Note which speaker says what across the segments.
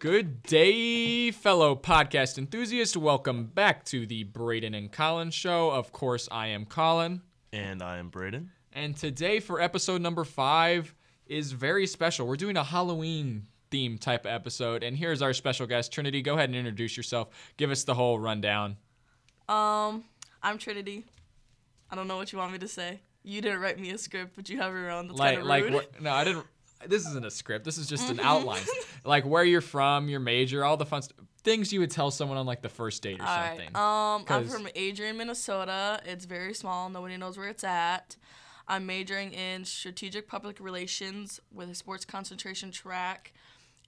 Speaker 1: Good day, fellow podcast enthusiasts. Welcome back to the Braden and Colin show. Of course, I am Colin.
Speaker 2: And I am Braden.
Speaker 1: And today, for episode number five, is very special. We're doing a Halloween theme type episode. And here's our special guest, Trinity. Go ahead and introduce yourself. Give us the whole rundown.
Speaker 3: Um, I'm Trinity. I don't know what you want me to say. You didn't write me a script, but you have your own. That's kind
Speaker 1: Like,
Speaker 3: of
Speaker 1: like,
Speaker 3: rude. Mm-hmm.
Speaker 1: wh- no, I didn't. This isn't a script. This is just an outline. like where you're from, your major, all the fun st- things you would tell someone on like the first date or
Speaker 3: All
Speaker 1: something.
Speaker 3: right. Um, I'm
Speaker 1: 'Cause-
Speaker 3: from Adrian, Minnesota. It's very small. Nobody knows where it's at. I'm majoring in strategic public relations with a sports concentration track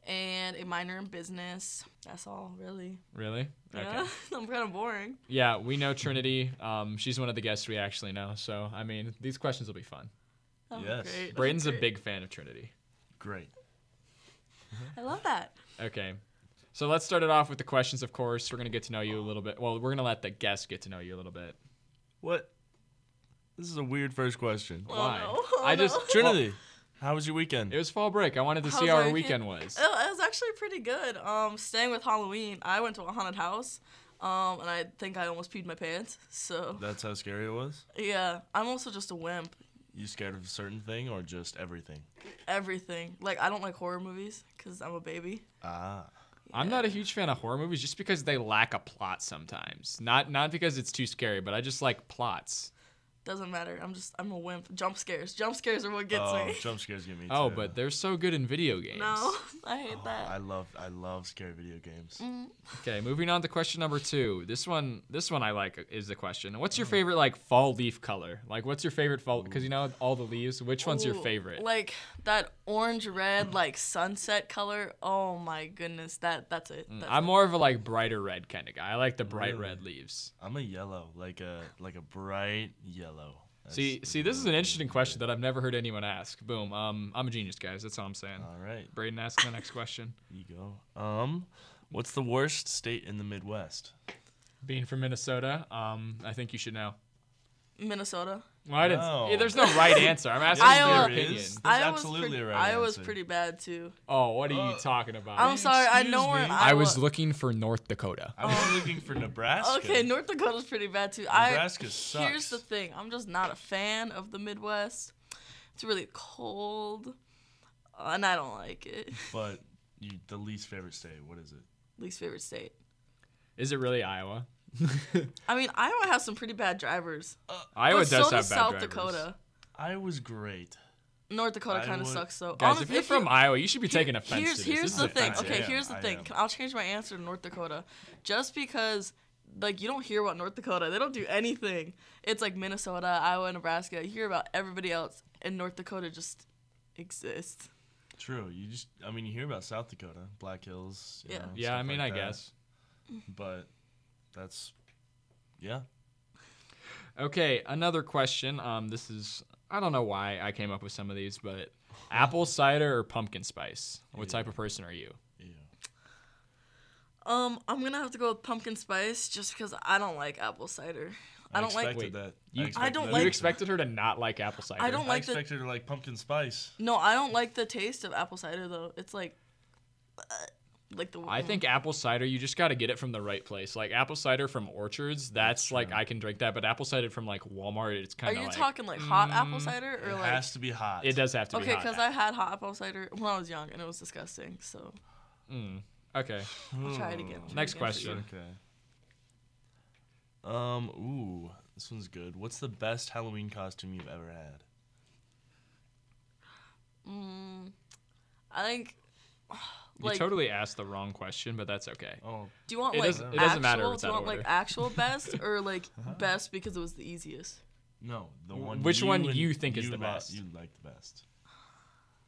Speaker 3: and a minor in business. That's all, really.
Speaker 1: really?
Speaker 3: Yeah. I'm kind of boring.
Speaker 1: Yeah, we know Trinity. Um, she's one of the guests we actually know. So, I mean, these questions will be fun.
Speaker 3: That was
Speaker 2: Yes.
Speaker 3: Oh, great.
Speaker 1: Braden's a
Speaker 3: Great.
Speaker 1: big fan of Trinity.
Speaker 2: Great.
Speaker 3: I love that.
Speaker 1: Okay. So, let's start it off with the questions, of course. We're going to get to know you a little bit. Well, we're going to let the guests get to know you a little bit.
Speaker 2: What? This is a weird first question.
Speaker 3: Oh,
Speaker 1: Why?
Speaker 3: no. Oh,
Speaker 1: I just.
Speaker 3: no.
Speaker 2: Trinity, how was your
Speaker 1: Well,
Speaker 2: weekend?
Speaker 1: it was fall break. I wanted to
Speaker 3: How
Speaker 1: see
Speaker 3: was "Oh."
Speaker 1: how
Speaker 3: my
Speaker 1: our
Speaker 3: weekend?
Speaker 1: weekend was.
Speaker 3: It, it was actually pretty good. Um, staying with Halloween, I went to a haunted house, um, and I think I almost peed my pants. So
Speaker 2: That's how scary it was?
Speaker 3: yeah, I'm also just a wimp.
Speaker 2: You scared of a certain thing or just everything?
Speaker 3: Everything. Like I don't like horror movies because I'm a baby.
Speaker 2: Ah.
Speaker 1: I'm not a huge fan of horror movies just because they lack a plot sometimes. Not not because it's too scary, but I just like plots.
Speaker 3: Doesn't matter. I'm just I'm a wimp. Jump scares. Jump scares are what gets
Speaker 2: oh,
Speaker 3: me.
Speaker 2: jump scares get me
Speaker 1: Oh,
Speaker 2: too.
Speaker 1: but they're so good in video games.
Speaker 3: No, I hate
Speaker 2: Oh,
Speaker 3: that. Mm.
Speaker 2: I love I love scary video games.
Speaker 1: Okay, moving on to question number two. This one, this one I like is the question. What's
Speaker 3: Mm.
Speaker 1: your favorite like fall leaf color? Like, what's your favorite fall? Because you know all the leaves. Which one's your
Speaker 3: Ooh,
Speaker 1: favorite?
Speaker 3: Like that orange red, like sunset color. Oh my goodness, that that's it. That's
Speaker 1: Mm, I'm more of a like brighter red kind of guy. I like the bright
Speaker 2: Really?
Speaker 1: red leaves.
Speaker 2: I'm a yellow, like a like a bright yellow. That's
Speaker 1: see, see, this is an
Speaker 2: really
Speaker 1: interesting
Speaker 2: good.
Speaker 1: question that I've never heard anyone ask. Boom. Um, I'm a genius, guys. That's all I'm saying.
Speaker 2: All right,
Speaker 1: Braden, ask the next question.
Speaker 2: you go. Um, what's the worst state in the Midwest?
Speaker 1: Being from Minnesota, um, I think you should know.
Speaker 3: Minnesota.
Speaker 1: Well, I didn't.
Speaker 2: No.
Speaker 1: yeah, there's no right answer. I'm asking
Speaker 3: Yes,
Speaker 1: your
Speaker 3: Iowa-
Speaker 2: there is.
Speaker 1: opinion.
Speaker 2: There's
Speaker 3: I was
Speaker 2: absolutely
Speaker 3: pretty,
Speaker 2: a right
Speaker 3: I was
Speaker 2: answer.
Speaker 3: pretty bad too.
Speaker 1: Oh, what are you
Speaker 2: Uh,
Speaker 1: talking about?
Speaker 3: I'm sorry. I
Speaker 2: Excuse
Speaker 3: know where
Speaker 2: me.
Speaker 3: I
Speaker 1: I was looking for North Dakota.
Speaker 2: I was looking for Nebraska.
Speaker 3: Oh. Okay, North Dakota's pretty bad too.
Speaker 2: Nebraska
Speaker 3: I,
Speaker 2: sucks.
Speaker 3: Here's the thing: I'm just not a fan of the Midwest. It's really cold, uh, and I don't like it.
Speaker 2: But you, the least favorite state, what is it?
Speaker 3: Least favorite state.
Speaker 1: Is it really Iowa?
Speaker 3: I mean, Iowa has some pretty bad drivers.
Speaker 1: Iowa does
Speaker 3: but so
Speaker 1: have
Speaker 3: does
Speaker 1: bad
Speaker 3: South
Speaker 1: drivers.
Speaker 3: Dakota.
Speaker 2: Iowa's great.
Speaker 3: North Dakota kind
Speaker 2: Iowa-
Speaker 3: of sucks though.
Speaker 1: Guys, if
Speaker 3: Honestly,
Speaker 1: you're from
Speaker 3: you-
Speaker 1: Iowa, you should be taking
Speaker 3: Here-
Speaker 1: offense
Speaker 3: here's,
Speaker 1: to this.
Speaker 3: Here's
Speaker 1: This is
Speaker 3: the thing.
Speaker 1: offensive.
Speaker 3: Okay,
Speaker 2: am,
Speaker 3: here's the
Speaker 2: I
Speaker 3: thing.
Speaker 2: am.
Speaker 3: Can- I'll change my answer to North Dakota, just because like you don't hear about North Dakota. They don't do anything. It's like Minnesota, Iowa, Nebraska. You hear about everybody else, and North Dakota just exists.
Speaker 2: True. You just, I mean, you hear about South Dakota, Black Hills. you
Speaker 3: Yeah.
Speaker 2: know,
Speaker 1: Yeah,
Speaker 2: stuff
Speaker 1: I mean,
Speaker 2: like
Speaker 1: I
Speaker 2: that.
Speaker 1: guess.
Speaker 2: But that's, yeah.
Speaker 1: Okay, another question. Um, this is I don't know why I came up with some of these, but apple cider or pumpkin spice? What type of person are you?
Speaker 2: Yeah.
Speaker 3: Um, I'm gonna have to go with pumpkin spice just because I don't like apple cider. I don't like.
Speaker 2: expected
Speaker 1: Wait,
Speaker 2: that.
Speaker 1: you- I
Speaker 2: expected
Speaker 3: don't
Speaker 2: that.
Speaker 3: like-
Speaker 1: You expected her to not like apple cider.
Speaker 3: I don't
Speaker 2: I
Speaker 3: like the
Speaker 2: expected her like pumpkin spice.
Speaker 3: no. I don't like the taste of apple cider though. It's like, uh, like the.
Speaker 1: I think apple cider, you just got to get it from the right place. Like apple cider from orchards, that's,
Speaker 2: That's
Speaker 1: like
Speaker 2: true.
Speaker 1: I can drink that, but apple cider from like Walmart, it's
Speaker 3: Are
Speaker 1: kind of
Speaker 3: you
Speaker 1: like
Speaker 3: talking like hot apple
Speaker 1: mm,
Speaker 3: cider or
Speaker 2: it
Speaker 3: like?
Speaker 2: has to be hot.
Speaker 1: it does have to be
Speaker 3: Okay,
Speaker 1: hot.
Speaker 3: because I had hot apple cider when I was young and it was disgusting. So
Speaker 1: Mm, okay.
Speaker 3: I'll try it again.
Speaker 2: Oh,
Speaker 3: Try
Speaker 1: Hmm. Next
Speaker 3: it again for
Speaker 1: question.
Speaker 3: you.
Speaker 2: Okay. Um. Ooh, this one's good. What's the best Halloween costume you've ever had?
Speaker 3: Mm, I think.
Speaker 1: You
Speaker 3: Like,
Speaker 1: totally asked the wrong question, but that's okay.
Speaker 2: Oh,
Speaker 3: do you want
Speaker 1: it
Speaker 3: like
Speaker 1: doesn't- it
Speaker 3: actual?
Speaker 1: doesn't matter if it's
Speaker 3: do you
Speaker 1: out of
Speaker 3: want like
Speaker 1: order.
Speaker 3: actual best or like best because it was the easiest?
Speaker 2: No, the one.
Speaker 1: Which
Speaker 2: you
Speaker 1: one
Speaker 2: and-
Speaker 1: you think is the
Speaker 2: li-
Speaker 1: best?
Speaker 2: You like the best.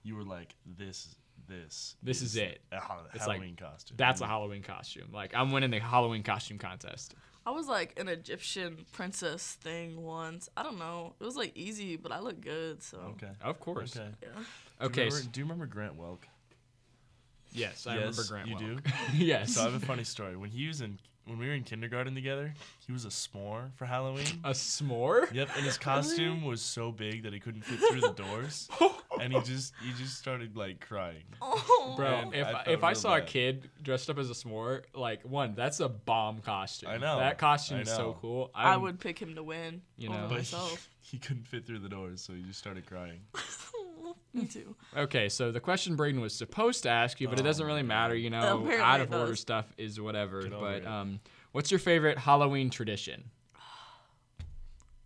Speaker 2: You were like this. This.
Speaker 1: This is it.
Speaker 2: A Hall-
Speaker 1: It's like,
Speaker 2: Halloween costume.
Speaker 1: That's a
Speaker 2: You-
Speaker 1: Halloween costume. Like I'm winning the Halloween costume contest.
Speaker 3: I was like an Egyptian princess thing once. I don't know. It was like easy, but I look good, so.
Speaker 2: Mm, Okay.
Speaker 1: Of course.
Speaker 2: Okay.
Speaker 3: Yeah.
Speaker 2: Do you,
Speaker 1: Okay.
Speaker 2: remember,
Speaker 1: s-
Speaker 2: do you remember Grant Welk?
Speaker 1: yes, I
Speaker 2: yes,
Speaker 1: remember Grant.
Speaker 2: you
Speaker 1: Welk.
Speaker 2: do.
Speaker 1: yes.
Speaker 2: So I have a funny story. When he was in when we were in kindergarten together, he was a s'more for Halloween.
Speaker 1: A s'more?
Speaker 2: Yep, and his costume was so big that he couldn't fit through the doors, and he just he just started like crying.
Speaker 3: Oh,
Speaker 1: Bro,
Speaker 2: Man,
Speaker 1: if
Speaker 2: I
Speaker 1: I
Speaker 2: felt
Speaker 1: if I
Speaker 2: real
Speaker 1: saw a
Speaker 2: bad.
Speaker 1: kid dressed up as a s'more, like one, that's a bomb costume.
Speaker 2: I know,
Speaker 1: that costume
Speaker 2: I
Speaker 1: is so
Speaker 2: know.
Speaker 1: cool.
Speaker 3: I
Speaker 1: I'm-
Speaker 3: would pick him to win
Speaker 1: You know. But
Speaker 3: over
Speaker 2: But he,
Speaker 3: myself.
Speaker 2: he couldn't fit through the doors, so he just started crying.
Speaker 3: Me too.
Speaker 1: Okay, so the question Braden was supposed to ask you, but it
Speaker 2: Oh
Speaker 1: doesn't really
Speaker 2: my
Speaker 1: matter. You know,
Speaker 3: Apparently
Speaker 1: out
Speaker 3: it
Speaker 1: of order
Speaker 3: does.
Speaker 1: stuff is whatever.
Speaker 2: Get over
Speaker 1: But
Speaker 2: it.
Speaker 1: um, what's your favorite Halloween tradition?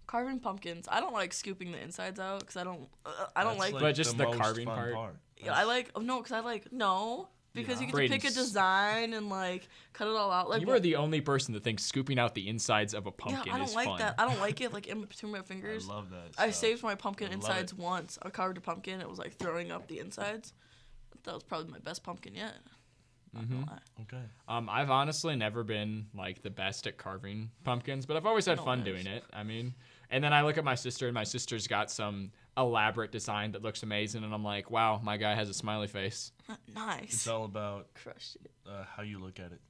Speaker 3: Carving pumpkins. I don't like scooping the insides out because I don't. Uh, I don't
Speaker 2: That's,
Speaker 3: like.
Speaker 1: But just the
Speaker 2: most
Speaker 1: carving
Speaker 2: fun
Speaker 1: part.
Speaker 3: Yeah, I like. Oh no, because I like no because
Speaker 2: Yeah.
Speaker 3: you get to pick a
Speaker 1: Braden's-
Speaker 3: design and like cut it all out. Like
Speaker 1: you are the only person that thinks scooping out the insides of a
Speaker 3: yeah,
Speaker 1: pumpkin
Speaker 3: I don't
Speaker 1: is
Speaker 3: like
Speaker 1: fun.
Speaker 3: that. I don't like it like in between my
Speaker 2: I
Speaker 3: fingers.
Speaker 2: love that.
Speaker 3: I
Speaker 2: stuff.
Speaker 3: saved my pumpkin
Speaker 2: I love
Speaker 3: insides
Speaker 2: it.
Speaker 3: once. I carved a pumpkin. It was like throwing up the insides. That was probably my best pumpkin yet. Not
Speaker 1: Mm-hmm.
Speaker 3: gonna lie.
Speaker 2: Okay.
Speaker 1: Um, I've honestly never been like the best at carving pumpkins, but I've always had
Speaker 3: No
Speaker 1: fun
Speaker 3: one is.
Speaker 1: doing it. I mean, and then I look at my sister, and my sister's got some elaborate design that looks amazing, and I'm like, wow, my guy has a smiley face.
Speaker 3: Nice.
Speaker 2: It's all about
Speaker 3: Crushed it.
Speaker 2: uh, how you look at it.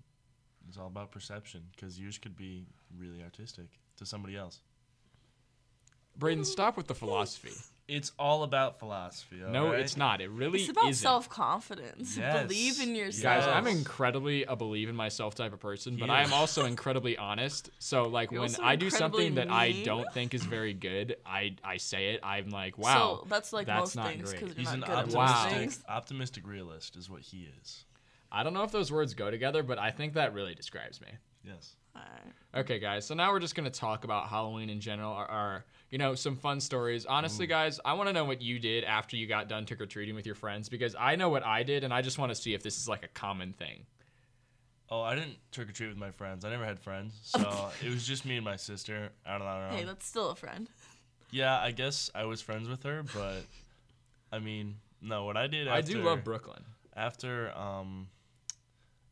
Speaker 2: It's all about perception, because yours could be really artistic to somebody else.
Speaker 3: Mm.
Speaker 1: Braden, stop with the philosophy.
Speaker 2: It's all about philosophy.
Speaker 1: No,
Speaker 2: alright?
Speaker 1: it's not. It really
Speaker 3: It's about
Speaker 1: isn't.
Speaker 3: self confidence.
Speaker 2: Yes.
Speaker 3: Believe in yourself.
Speaker 1: Guys,
Speaker 2: Yes.
Speaker 1: I'm incredibly a believe in myself type of person, but
Speaker 2: Yeah.
Speaker 1: I am also incredibly honest. So like
Speaker 3: You're
Speaker 1: when
Speaker 3: also
Speaker 1: I do
Speaker 3: incredibly
Speaker 1: something that I
Speaker 3: mean.
Speaker 1: don't think is very good, I I say it. I'm like, wow.
Speaker 3: So that's like
Speaker 1: that's
Speaker 3: most
Speaker 1: not
Speaker 3: things
Speaker 1: great.
Speaker 3: because
Speaker 2: He's
Speaker 3: you're
Speaker 2: an
Speaker 3: not good at
Speaker 2: optimistic,
Speaker 3: most
Speaker 1: Wow.
Speaker 3: things.
Speaker 2: optimistic realist, is what he is.
Speaker 1: I don't know if those words go together, but I think that really describes me.
Speaker 2: Yes.
Speaker 3: Alright.
Speaker 1: Okay, guys. So now we're just gonna talk about Halloween in general, or, or you know, some fun stories.
Speaker 2: Mm.
Speaker 1: Honestly, guys, I want to know what you did after you got done trick or treating with your friends because I know what I did, and I just want to see if this is like a common thing.
Speaker 2: Oh, I didn't trick or treat with my friends. I never had friends, so it was just me and my sister out on our own.
Speaker 3: Hey, that's still a friend.
Speaker 2: yeah, I guess I was friends with her, but I mean, no. What I did, after,
Speaker 1: I do love Brooklyn.
Speaker 2: after um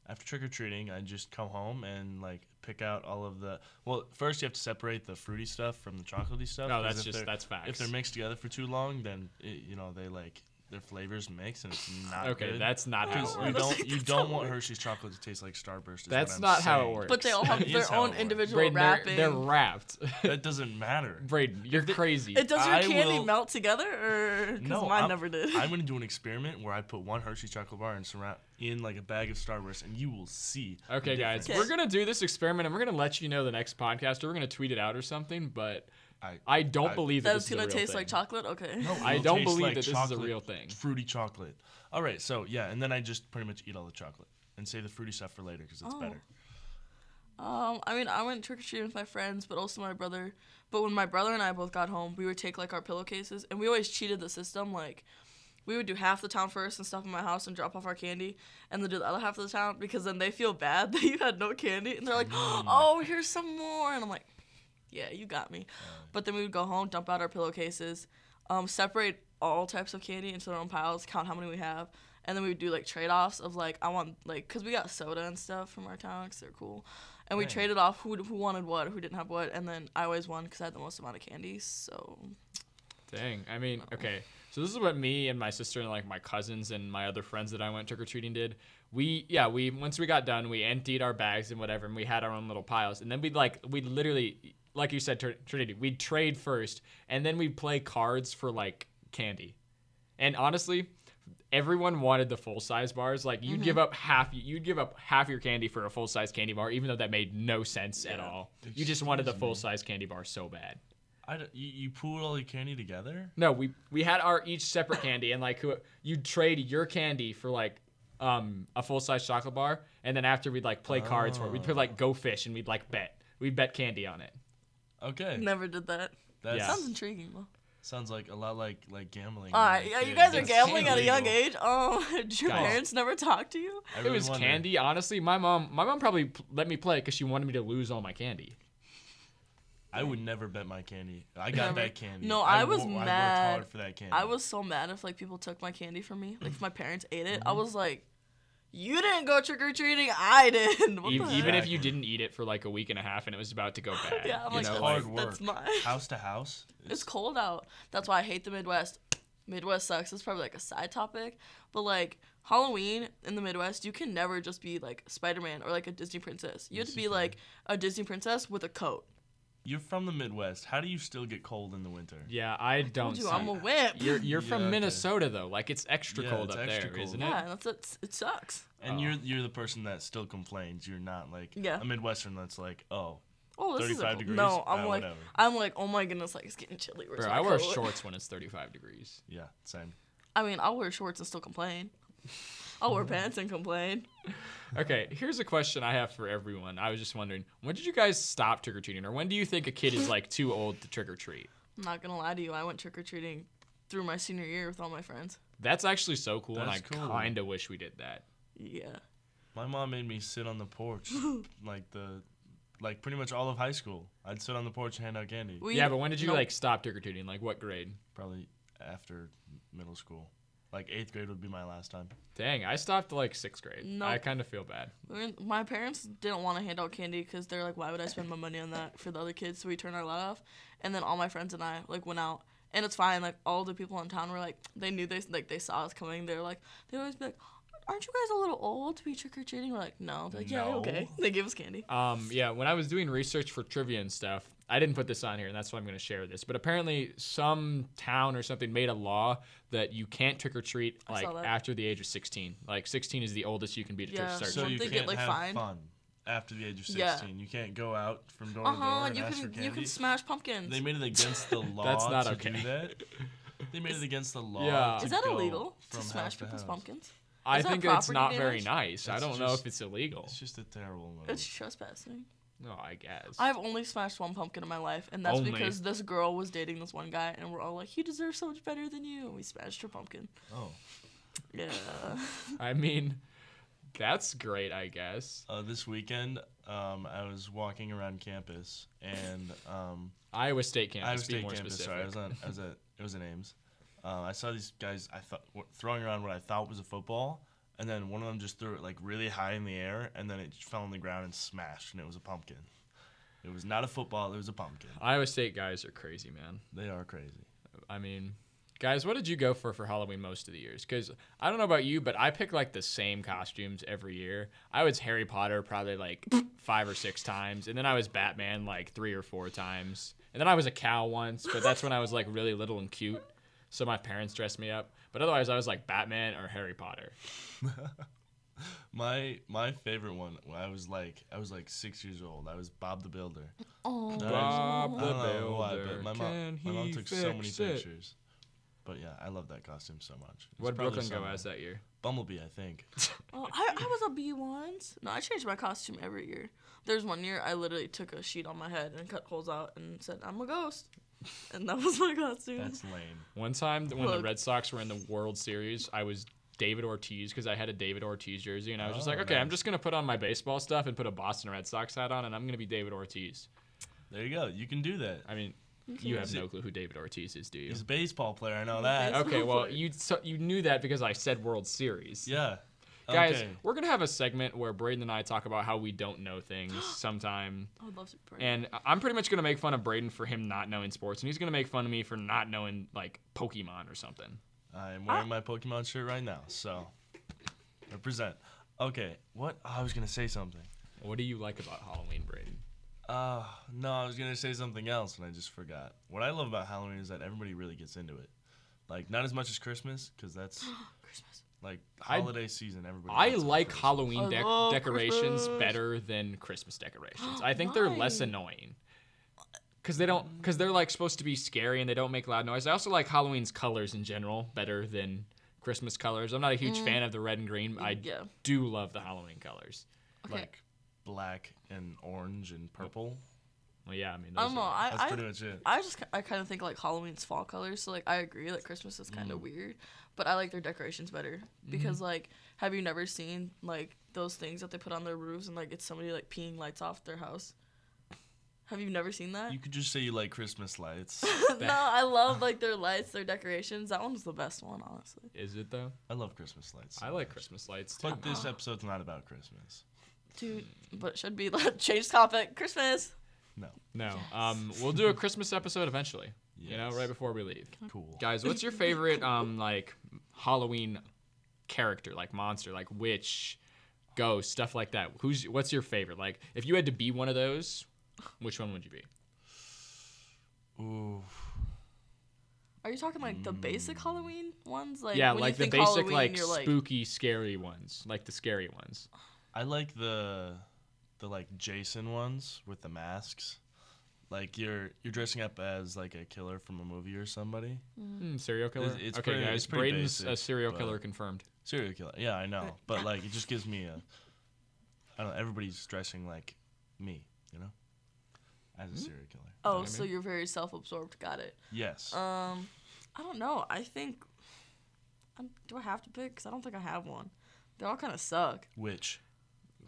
Speaker 2: after trick or treating, I just come home and like pick out all of the. Well, first you have to separate the fruity stuff from the chocolatey stuff.
Speaker 1: No,
Speaker 2: 'cause
Speaker 1: that's
Speaker 2: if
Speaker 1: just
Speaker 2: they're-
Speaker 1: that's facts.
Speaker 2: If they're mixed together for too long, then it, you know they like their flavors mix and it's not
Speaker 1: Okay,
Speaker 2: good.
Speaker 1: that's not how
Speaker 2: Because
Speaker 1: it
Speaker 3: I
Speaker 2: you
Speaker 1: works.
Speaker 3: don't
Speaker 2: don't
Speaker 3: think
Speaker 2: you
Speaker 3: that's
Speaker 2: don't
Speaker 3: how it
Speaker 2: want
Speaker 3: works.
Speaker 2: Hershey's chocolate to taste like Starburst. Is
Speaker 1: That's
Speaker 2: what I'm
Speaker 1: not how it
Speaker 2: saying.
Speaker 1: works.
Speaker 3: But they all have
Speaker 2: That is
Speaker 3: their
Speaker 2: how it
Speaker 3: own
Speaker 2: works.
Speaker 3: individual
Speaker 1: Braden, they're,
Speaker 3: wrapping.
Speaker 1: they're wrapped.
Speaker 2: That doesn't matter.
Speaker 1: Braden, you're crazy.
Speaker 3: It does your
Speaker 2: I
Speaker 3: candy
Speaker 2: will-
Speaker 3: melt together, or because
Speaker 2: No,
Speaker 3: mine
Speaker 2: I'm-
Speaker 3: never did.
Speaker 2: I'm gonna do an experiment where I put one Hershey's chocolate bar and surround in like a bag of Starburst, and you will see. the
Speaker 1: okay, guys,
Speaker 2: difference.
Speaker 1: we're gonna do this experiment, and we're gonna let you know the next podcast, or we're gonna tweet it out or something. But
Speaker 2: I,
Speaker 1: I don't
Speaker 2: I-
Speaker 1: believe that
Speaker 3: That's
Speaker 1: this is a
Speaker 3: gonna
Speaker 1: real
Speaker 3: taste
Speaker 1: thing.
Speaker 3: like chocolate. Okay.
Speaker 2: No,
Speaker 1: I
Speaker 2: it'll
Speaker 1: don't
Speaker 2: taste
Speaker 1: believe
Speaker 2: like
Speaker 1: that this is a
Speaker 2: chocolate,
Speaker 1: real thing.
Speaker 2: Fruity chocolate. All right, so yeah, and then I just pretty much eat all the chocolate and save the fruity stuff for later because it's
Speaker 3: Oh.
Speaker 2: better.
Speaker 3: Um, I mean, I went trick or treating with my friends, but also my brother. But when my brother and I both got home, we would take like our pillowcases, and we always cheated the system. Like, we would do half the town first and stuff in my house and drop off our candy, and then do the other half of the town because then they feel bad that you had no candy, and they're like,
Speaker 2: Mm.
Speaker 3: "Oh, here's some more," and I'm like, "Yeah, you got me." But then we would go home, dump out our pillowcases, um, separate all types of candy into their own piles, count how many we have, and then we would do like trade offs of like I want like because we got soda and stuff from our town because they're cool, and we
Speaker 2: Dang.
Speaker 3: traded off who who wanted what, who didn't have what, and then I always won because I had the most amount of candy. So
Speaker 1: Dang. I mean, okay. So this is what me and my sister and like my cousins and my other friends that I went trick or treating did. We yeah we once we got done we emptied our bags and whatever and we had our own little piles and then we'd like we'd literally like you said Tr- Trinity we'd trade first and then we'd play cards for like candy, and honestly. Everyone wanted the full size bars. Like you'd give up half, you'd give up half your candy for a full size candy bar, even though that made no sense at
Speaker 3: Yeah.
Speaker 1: all. You just wanted the full size candy bar so bad.
Speaker 2: I d- you, you pooled all your candy together.
Speaker 1: No, we we had our each separate candy, and like who you'd trade your candy for like um a full size chocolate bar, and then after we'd like play cards for it. We'd play like go fish, and we'd like bet. We'd bet candy on it.
Speaker 2: Okay,
Speaker 3: never did that.
Speaker 2: that
Speaker 1: Yeah. Oh,
Speaker 3: Sounds intriguing though.
Speaker 2: sounds like a lot like like gambling.
Speaker 3: All
Speaker 2: when
Speaker 3: right,
Speaker 2: you're
Speaker 3: yeah,
Speaker 2: a
Speaker 3: you
Speaker 2: kid.
Speaker 3: guys are
Speaker 2: That's
Speaker 3: gambling at a young
Speaker 2: illegal.
Speaker 3: age. Oh, did your
Speaker 1: Guys.
Speaker 3: parents never talk to you?
Speaker 2: I
Speaker 1: it
Speaker 2: really
Speaker 1: was
Speaker 2: wonder.
Speaker 1: candy, honestly. My mom, my mom probably p- let me play because she wanted me to lose all my candy.
Speaker 2: I would never bet my candy. I got
Speaker 3: Never.
Speaker 2: that candy.
Speaker 3: No, I was
Speaker 2: wo- I
Speaker 3: mad.
Speaker 2: worked hard for that candy.
Speaker 3: I was so mad if like people took my candy from me. Like if my
Speaker 1: Mm-hmm.
Speaker 3: parents ate it, I was like, "You didn't go trick or treating, I did." What
Speaker 1: E- even
Speaker 3: the heck?
Speaker 1: if you
Speaker 2: Exactly.
Speaker 1: didn't eat it for like a week and a half, and it was about to go bad.
Speaker 3: yeah, I'm
Speaker 1: you
Speaker 3: like,
Speaker 1: know,
Speaker 3: that's,
Speaker 1: like,
Speaker 2: hard
Speaker 3: that's
Speaker 2: work.
Speaker 3: mine.
Speaker 2: house to house.
Speaker 3: It's cold out. That's why I hate the Midwest. Midwest sucks. It's probably like a side topic, but like Halloween in the Midwest, you can never just be like Spider Man or like a Disney princess. You have to
Speaker 2: Yes, you
Speaker 3: be
Speaker 2: can.
Speaker 3: like a Disney princess with a coat.
Speaker 2: You're from the Midwest. How do you still get cold in the winter?
Speaker 1: Yeah, I don't.
Speaker 3: Dude,
Speaker 1: see-
Speaker 3: I'm a whip.
Speaker 1: You're you're
Speaker 2: Yeah,
Speaker 1: from
Speaker 2: okay.
Speaker 1: Minnesota though. Like it's extra
Speaker 2: Yeah,
Speaker 1: cold
Speaker 2: it's
Speaker 1: up
Speaker 2: extra
Speaker 1: there,
Speaker 2: cold.
Speaker 1: isn't it?
Speaker 3: yeah, that's, that's it. Sucks.
Speaker 2: And
Speaker 1: Oh.
Speaker 2: you're you're the person that still complains. You're not like
Speaker 3: Yeah.
Speaker 2: a Midwestern that's like, oh,
Speaker 3: Oh, this is a
Speaker 2: 35
Speaker 3: cool.
Speaker 2: degrees?
Speaker 3: No,
Speaker 2: Ah,
Speaker 3: I'm like,
Speaker 2: whatever.
Speaker 3: I'm like, oh my goodness, like it's getting chilly. Where's
Speaker 1: Bro,
Speaker 3: my
Speaker 1: I wear
Speaker 3: coat?
Speaker 1: shorts when it's 35 degrees.
Speaker 2: yeah, same.
Speaker 3: I mean, I'll wear shorts and still complain. I'll wear pants and complain.
Speaker 1: Okay, here's a question I have for everyone. I was just wondering, when did you guys stop trick or treating, or when do you think a kid is like too old to trick or treat?
Speaker 3: I'm not gonna lie to you. I went trick or treating through my senior year with all my friends.
Speaker 1: That's actually so cool, and I
Speaker 2: That's cool.
Speaker 1: kind of wish we did that.
Speaker 3: Yeah.
Speaker 2: My mom made me sit on the porch, like the, like pretty much all of high school. I'd sit on the porch and hand out candy.
Speaker 3: We,
Speaker 1: yeah, but when did you
Speaker 3: no,
Speaker 1: like stop trick or treating? Like what grade?
Speaker 2: Probably after middle school, like eighth grade would be my last time.
Speaker 1: Dang, I stopped like sixth grade.
Speaker 3: No.
Speaker 1: I kind of feel bad.
Speaker 3: we were- My parents didn't want to hand out candy because they're like, why would I spend my money on that for the other kids? So we turned our light off, and then all my friends and I like went out, and it's fine. Like all the people in town were like, they knew they like they saw us coming. They're like, they always be like, aren't you guys a little old to be trick or treating? We're like, no. They're like, yeah,
Speaker 2: No.
Speaker 3: okay. They gave us candy.
Speaker 1: Um, yeah, when I was doing research for trivia and stuff, I didn't put this on here, and that's why I'm going to share this. But apparently, some town or something made a law that you can't trick or treat
Speaker 3: I
Speaker 1: like
Speaker 3: saw that.
Speaker 1: after the age of 16. Like 16 is the oldest you can be to
Speaker 3: Yeah.
Speaker 1: trick or
Speaker 2: So
Speaker 1: treat.
Speaker 2: you
Speaker 3: Don't they
Speaker 2: can't
Speaker 3: get, like,
Speaker 2: have
Speaker 3: fined?
Speaker 2: fun after the age of sixteen.
Speaker 3: Yeah.
Speaker 2: You can't go out from door
Speaker 3: Uh
Speaker 2: to door
Speaker 3: huh.
Speaker 2: and
Speaker 3: You
Speaker 2: ask
Speaker 3: can
Speaker 2: for
Speaker 3: you
Speaker 2: candy.
Speaker 3: can smash pumpkins.
Speaker 2: They made it against the law
Speaker 1: That's not
Speaker 2: to
Speaker 1: okay.
Speaker 2: do that. They made it against the law.
Speaker 1: Yeah.
Speaker 2: to
Speaker 3: Is that
Speaker 2: go
Speaker 3: illegal
Speaker 2: from
Speaker 3: to smash
Speaker 2: house to
Speaker 3: people's
Speaker 2: house.
Speaker 3: pumpkins?
Speaker 1: I
Speaker 3: Is that
Speaker 1: think it's
Speaker 3: property
Speaker 1: not very
Speaker 3: damage?
Speaker 1: nice. I
Speaker 2: It's
Speaker 1: don't know if
Speaker 2: just-
Speaker 1: it's illegal.
Speaker 2: It's just a terrible move.
Speaker 3: It's trespassing.
Speaker 1: No, I guess.
Speaker 3: I've only smashed one pumpkin in my life, and that's
Speaker 1: Only.
Speaker 3: because this girl was dating this one guy, and we're all like, "He deserves so much better than you," and we smashed her pumpkin.
Speaker 2: oh.
Speaker 3: Yeah.
Speaker 1: I mean, that's great, I guess.
Speaker 2: Uh, this weekend, um, I was walking around campus, and um,
Speaker 1: Iowa State campus,
Speaker 2: Iowa
Speaker 1: be
Speaker 2: State
Speaker 1: more
Speaker 2: campus.
Speaker 1: specific.
Speaker 2: Sorry, I was on. I was at. It was in Ames. Uh, I saw these guys. I thought were throwing around what I thought was a football, and then one of them just threw it like really high in the air, and then it just fell on the ground and smashed, and it was a pumpkin. It was not a football. It was a pumpkin.
Speaker 1: Iowa State guys are crazy, man.
Speaker 2: They are crazy.
Speaker 1: I mean, guys, what did you go for for Halloween most of the years? Because I don't know about you, but I pick like the same costumes every year. I was Harry Potter probably like five or six times, and then I was Batman like three or four times, and then I was a cow once, but that's when I was like really little and cute, so my parents dressed me up. But otherwise, I was like Batman or Harry Potter.
Speaker 2: My my favorite one. when I was like I was like six years old. I was Bob the Builder.
Speaker 3: Oh.
Speaker 2: That
Speaker 1: Bob
Speaker 2: I
Speaker 1: the
Speaker 2: don't know why,
Speaker 1: Builder,
Speaker 2: but my mom,
Speaker 1: can
Speaker 2: my mom
Speaker 1: he
Speaker 2: took so many
Speaker 1: fix it?
Speaker 2: pictures. But yeah, I love that costume so much. It's
Speaker 1: What did
Speaker 2: probably
Speaker 1: Brooklyn go
Speaker 2: somewhere.
Speaker 1: as that year?
Speaker 2: Bumblebee, I think.
Speaker 3: Oh, I, I was a bee once. No, I changed my costume every year. There's one year I literally took a sheet on my head and cut holes out and said, "I'm a ghost," and that was my costume.
Speaker 2: That's lame.
Speaker 1: One time th- when the
Speaker 3: Look.
Speaker 1: Red Sox were in the World Series, I was David Ortiz because I had a David Ortiz jersey, and I was just
Speaker 2: Oh,
Speaker 1: like, okay, I'm
Speaker 2: nice.
Speaker 1: just gonna put on my baseball stuff and put a Boston Red Sox hat on, and I'm gonna be David Ortiz.
Speaker 2: There you go. You can do that.
Speaker 1: I mean, you have
Speaker 2: Is
Speaker 1: no
Speaker 2: it-
Speaker 1: clue who David Ortiz is, do you?
Speaker 2: He's a baseball player. I know that.
Speaker 3: Base-
Speaker 1: Okay, well
Speaker 3: player.
Speaker 1: you so, you knew that because I said World Series.
Speaker 2: Yeah.
Speaker 1: Guys,
Speaker 2: Okay.
Speaker 1: we're gonna have a segment where Braden and I talk about how we don't know things sometime,
Speaker 3: I would love to. Be
Speaker 1: and I- I'm pretty much gonna make fun of Braden for him not knowing sports, and he's gonna make fun of me for not knowing like Pokemon or something.
Speaker 2: I'm wearing my Pokemon shirt right now, so represent. Okay, what oh, I was gonna say something.
Speaker 1: What do you like about Halloween, Braden?
Speaker 2: Uh, no, I was gonna say something else and I just forgot. What I love about Halloween is that everybody really gets into it. Like not as much as Christmas, because that's
Speaker 3: Christmas.
Speaker 2: like
Speaker 1: I-
Speaker 2: holiday season. Everybody.
Speaker 1: I
Speaker 2: gets into
Speaker 1: like
Speaker 2: Christmas.
Speaker 1: Halloween
Speaker 3: I
Speaker 1: dec
Speaker 3: love
Speaker 1: decorations
Speaker 3: Christmas.
Speaker 1: better than Christmas decorations. I think they're less
Speaker 3: Why?
Speaker 1: annoying. Cause they don't, cause they're like supposed to be scary and they don't make loud noise. I also like Halloween's colors in general better than Christmas colors. I'm not a huge fan of the red and green. I
Speaker 3: Mm. yeah.
Speaker 1: do love the Halloween colors.
Speaker 3: Okay.
Speaker 2: like black and orange and purple.
Speaker 1: Well, yeah, I mean,
Speaker 3: I
Speaker 1: those
Speaker 3: don't know.
Speaker 1: are-
Speaker 3: I,
Speaker 2: That's
Speaker 3: I
Speaker 2: pretty much it.
Speaker 3: I just ki- I kind of think like Halloween's fall colors. So like I agree like Christmas is kind of
Speaker 1: Mm.
Speaker 3: weird, but I like their decorations better because
Speaker 1: Mm-hmm.
Speaker 3: like have you never seen like those things that they put on their roofs and like it's somebody like peeing lights off their house? Have you never seen that?
Speaker 2: You could just say you like Christmas lights.
Speaker 3: no, I love like their lights, their decorations. That one's the best one, honestly.
Speaker 1: is it though?
Speaker 2: I love Christmas lights. so
Speaker 1: I like
Speaker 2: much.
Speaker 1: Christmas lights too.
Speaker 2: But this episode's not about Christmas.
Speaker 3: Dude, but it should be like change topic. Christmas.
Speaker 2: No.
Speaker 1: No, um, we'll do a Christmas episode eventually. You know,
Speaker 2: Yes.
Speaker 1: right before we leave.
Speaker 2: Cool.
Speaker 1: Guys, what's your favorite um like Halloween character, like monster, like witch, ghost, stuff like that. Who's what's your favorite? Like if you had to be one of those, which one would you be?
Speaker 2: Ooh.
Speaker 3: Are you talking like the basic Halloween ones? Like
Speaker 1: Mm. yeah,
Speaker 3: when you
Speaker 1: like the
Speaker 3: think
Speaker 1: basic
Speaker 3: Halloween,
Speaker 1: like
Speaker 3: you're like
Speaker 1: spooky, scary ones, like the scary ones.
Speaker 2: I like the the like Jason ones with the masks. Like you're you're dressing up as like a killer from a movie or somebody.
Speaker 1: Hmm, serial killer.
Speaker 2: It's- it's
Speaker 1: okay,
Speaker 2: pretty-
Speaker 1: guys,
Speaker 2: it's pretty
Speaker 1: Braden's a
Speaker 2: basic,
Speaker 1: serial
Speaker 2: but-
Speaker 1: killer confirmed.
Speaker 2: Serial killer. Yeah, I know. But like it just gives me a I don't know, everybody's dressing like me, you know? As a serial killer.
Speaker 3: Oh,
Speaker 1: what I
Speaker 3: so
Speaker 1: mean?
Speaker 3: you're very self-absorbed. Got it.
Speaker 2: Yes.
Speaker 3: Um, I don't know. I think. i do I have to pick? Cause I don't think I have one. They all kind of suck.
Speaker 2: Which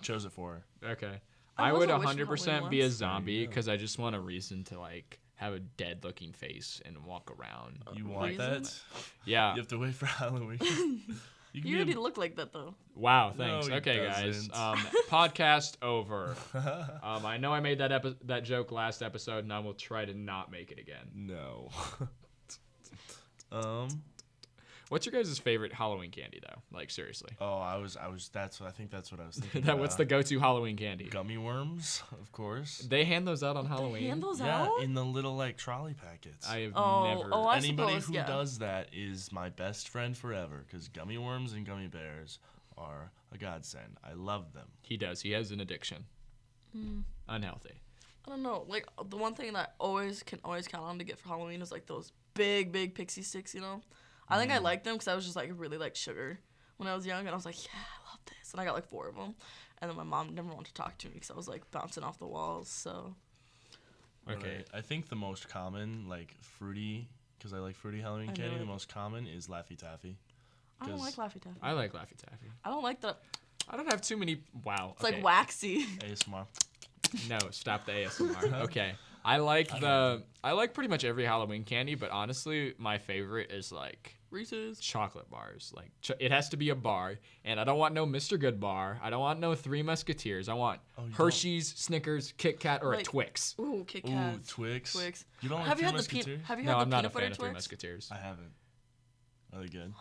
Speaker 2: chose it for. her.
Speaker 1: Okay.
Speaker 3: I
Speaker 1: I,
Speaker 3: was
Speaker 1: would
Speaker 3: a witch from
Speaker 1: 100%
Speaker 3: Halloween
Speaker 1: be a
Speaker 3: once.
Speaker 1: zombie
Speaker 2: you go.
Speaker 1: because I just want a reason to like have a dead looking face and walk around.
Speaker 2: You want
Speaker 3: Uh, reason?
Speaker 2: that?
Speaker 1: Yeah.
Speaker 2: You have to wait for Halloween. You can
Speaker 3: You
Speaker 2: be
Speaker 3: already
Speaker 2: a-
Speaker 3: look like that though.
Speaker 1: Wow. Thanks.
Speaker 2: he
Speaker 1: okay, guys.
Speaker 2: doesn't.
Speaker 1: Um, podcast over. Um, I know I made that epi- that joke last episode, and I will try to not make it again.
Speaker 2: No. um.
Speaker 1: What's your guys' favorite Halloween candy, though? Like seriously,
Speaker 2: Oh, I was. I was. That's. what I think that's what I was thinking.
Speaker 1: that what's the
Speaker 2: about.
Speaker 1: go-to Halloween candy?
Speaker 2: gummy worms? Of course.
Speaker 1: They hand those out on Halloween.
Speaker 3: Handles
Speaker 2: yeah,
Speaker 3: out.
Speaker 2: in the little like trolley packets.
Speaker 1: I have
Speaker 3: Oh,
Speaker 1: never.
Speaker 3: oh, I
Speaker 2: Anybody
Speaker 3: suppose,
Speaker 2: who
Speaker 3: yeah.
Speaker 2: does that is my best friend forever. Because gummy worms and gummy bears are a godsend. I love them.
Speaker 1: He does. He has an addiction.
Speaker 3: Hmm.
Speaker 1: Unhealthy.
Speaker 3: I don't know. Like the one thing that I always can always count on to get for Halloween is like those big, big pixie sticks. You know, I think I liked them because I was just like really like sugar when I was young, and I was like, yeah, I love this, and I got like four of them, and then my mom never wanted to talk to me because I was like bouncing off the walls. So
Speaker 1: Okay.
Speaker 2: Right. I think the most common like fruity. Because I like fruity Halloween
Speaker 3: I
Speaker 2: candy.
Speaker 3: know
Speaker 2: The
Speaker 3: it.
Speaker 2: most common is Laffy Taffy.
Speaker 3: I don't like
Speaker 2: Because-
Speaker 3: Laffy Taffy.
Speaker 1: I like Laffy Taffy.
Speaker 3: I don't like the.
Speaker 1: I don't have too many. Wow.
Speaker 3: It's
Speaker 1: okay.
Speaker 3: like waxy.
Speaker 2: ASMR.
Speaker 1: No, stop the ASMR. Okay. I like the I like pretty much every Halloween candy, but honestly, my favorite is like
Speaker 3: Reese's.
Speaker 1: chocolate bars. Like ch- it has to be a bar, and I don't want no Mr. Good bar. I don't want no Three Musketeers. I want
Speaker 2: Oh, you don't-
Speaker 1: Hershey's, Snickers, Kit Kat, or a
Speaker 3: Like-
Speaker 1: Twix.
Speaker 3: Ooh, Kit
Speaker 2: Ooh,
Speaker 3: Kats.
Speaker 2: Twix.
Speaker 3: Twix.
Speaker 2: You don't like
Speaker 3: have
Speaker 2: Three
Speaker 3: you had the
Speaker 2: Musketeers?
Speaker 3: peanut? Have you
Speaker 1: No,
Speaker 3: had
Speaker 1: I'm
Speaker 3: the
Speaker 1: not a
Speaker 3: peanut butter
Speaker 1: fan of Three
Speaker 3: Twix?
Speaker 1: Musketeers.
Speaker 2: I haven't. Are they good?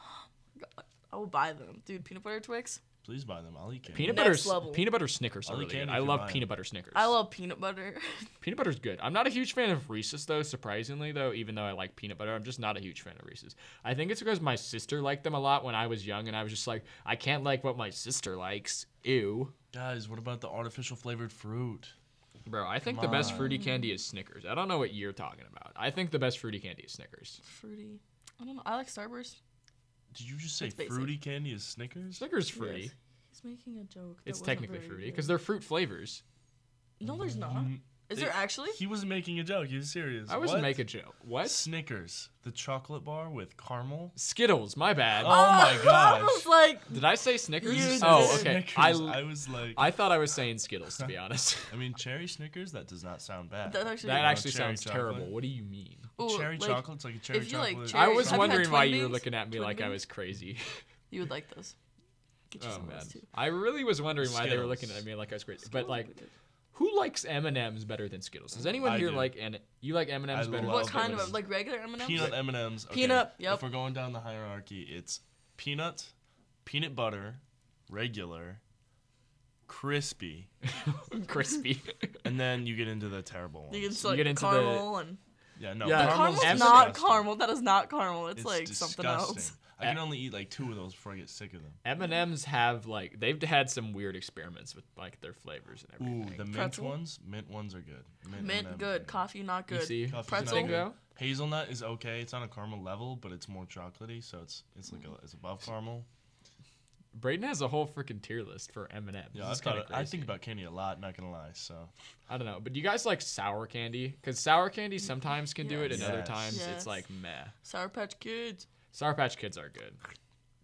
Speaker 3: I will buy them, dude. Peanut butter Twix.
Speaker 2: Please buy them. I'll eat candy.
Speaker 1: Peanut
Speaker 3: Next
Speaker 1: butter, s-
Speaker 3: level.
Speaker 1: peanut butter Snickers are
Speaker 2: Only
Speaker 1: really good.
Speaker 2: candy
Speaker 1: I
Speaker 2: if you
Speaker 1: love
Speaker 2: buy 'em.
Speaker 1: peanut butter Snickers.
Speaker 3: I love peanut butter.
Speaker 1: Peanut butter's good. I'm not a huge fan of Reese's though, surprisingly though, even though I like peanut butter, I'm just not a huge fan of Reese's. I think it's because my sister liked them a lot when I was young and I was just like, I can't like what my sister likes. Ew.
Speaker 2: Guys, what about the artificial flavored fruit?
Speaker 1: Bro, I think the best fruity candy is Snickers. I don't know what you're talking about. I think the best fruity candy is Snickers.
Speaker 3: Fruity. I don't know. I like Starburst.
Speaker 2: Did you just say
Speaker 3: It's basic.
Speaker 2: fruity candy is Snickers?
Speaker 1: Snickers fruity.
Speaker 3: Yes. He's making a joke. that
Speaker 1: It's
Speaker 3: wasn't
Speaker 1: technically
Speaker 3: very
Speaker 1: fruity Mm-hmm.
Speaker 3: good.
Speaker 1: because they're fruit flavors.
Speaker 3: no, there's not. Is
Speaker 2: They-
Speaker 3: there actually?
Speaker 2: He wasn't making a joke. He was serious.
Speaker 1: I was
Speaker 2: What?
Speaker 1: make a joke. What?
Speaker 2: Snickers, the chocolate bar with caramel.
Speaker 1: Skittles, my bad.
Speaker 2: Oh, my
Speaker 3: I
Speaker 2: gosh.
Speaker 3: was like,
Speaker 1: Did I say Snickers?
Speaker 2: You
Speaker 1: oh,
Speaker 2: said
Speaker 1: okay.
Speaker 2: Snickers.
Speaker 1: I,
Speaker 2: I was like, I,
Speaker 1: I thought I was saying Skittles to be honest.
Speaker 2: mean, cherry Snickers. That does not sound bad.
Speaker 3: that actually.
Speaker 1: That
Speaker 2: want
Speaker 1: actually
Speaker 2: cherry
Speaker 1: sounds
Speaker 2: chocolate?
Speaker 1: terrible. What do you mean?
Speaker 3: ooh,
Speaker 2: cherry
Speaker 3: like,
Speaker 2: chocolate's like a cherry
Speaker 3: if you like
Speaker 2: chocolate.
Speaker 1: I
Speaker 3: Cherry-
Speaker 1: was
Speaker 3: have you had
Speaker 1: wondering
Speaker 3: Twin
Speaker 1: why you were
Speaker 3: Bings?
Speaker 1: looking at me
Speaker 3: Twin
Speaker 1: like I
Speaker 3: Bings?
Speaker 1: was crazy.
Speaker 3: You would like those. Get you
Speaker 1: Oh
Speaker 3: some of
Speaker 1: man,
Speaker 3: those too.
Speaker 1: I really was wondering why they were
Speaker 2: Skittles.
Speaker 1: looking at me like I was crazy.
Speaker 3: Those
Speaker 1: But
Speaker 3: would
Speaker 1: like,
Speaker 3: be good.
Speaker 1: who likes M and M's better than Skittles? Does anyone
Speaker 2: I
Speaker 1: here
Speaker 2: do.
Speaker 1: like and you like M and M's
Speaker 2: I
Speaker 1: better?
Speaker 2: love
Speaker 1: than
Speaker 3: what
Speaker 2: those
Speaker 3: kind
Speaker 1: Skittles?
Speaker 3: of like regular M&Ms?
Speaker 2: peanut M and M's.
Speaker 3: Peanut, yep.
Speaker 2: If we're going down the hierarchy, it's peanut, peanut butter, regular, crispy,
Speaker 1: crispy?
Speaker 2: and then you get into the terrible
Speaker 3: You
Speaker 2: ones.
Speaker 3: can like
Speaker 1: get into the-
Speaker 3: caramel and
Speaker 2: Yeah, no.
Speaker 1: Yeah.
Speaker 2: caramel's
Speaker 3: caramel's
Speaker 1: M's
Speaker 3: not
Speaker 2: disgusting.
Speaker 3: caramel. That is not caramel. It's,
Speaker 2: It's
Speaker 3: like something else.
Speaker 2: disgusting. I can only eat like two of those before I get sick of them.
Speaker 1: M and M's have like they've had some weird experiments with like their flavors and
Speaker 2: Ooh,
Speaker 1: everything.
Speaker 2: the mint
Speaker 3: Pretzel?
Speaker 2: ones. Mint ones are good.
Speaker 3: Mint
Speaker 2: M&Ms are
Speaker 3: good, coffee not
Speaker 1: You
Speaker 3: good.
Speaker 1: see?
Speaker 2: Coffee's
Speaker 3: Pretzel?
Speaker 2: not good.
Speaker 1: Bingo.
Speaker 2: Hazelnut is okay. It's on a caramel level, but it's more chocolatey, so it's it's like a, it's above caramel.
Speaker 1: Braden has a whole freaking tier list for M and M's.
Speaker 2: Yeah, I've got a- I think about candy a lot. Not gonna lie. So
Speaker 1: I don't know, but do you guys like sour candy? Because sour candy sometimes can do it, and
Speaker 2: Yes.
Speaker 1: other
Speaker 2: Yes.
Speaker 1: times
Speaker 3: Yes.
Speaker 1: it's like meh.
Speaker 3: Sour Patch Kids.
Speaker 1: Sour Patch Kids are good.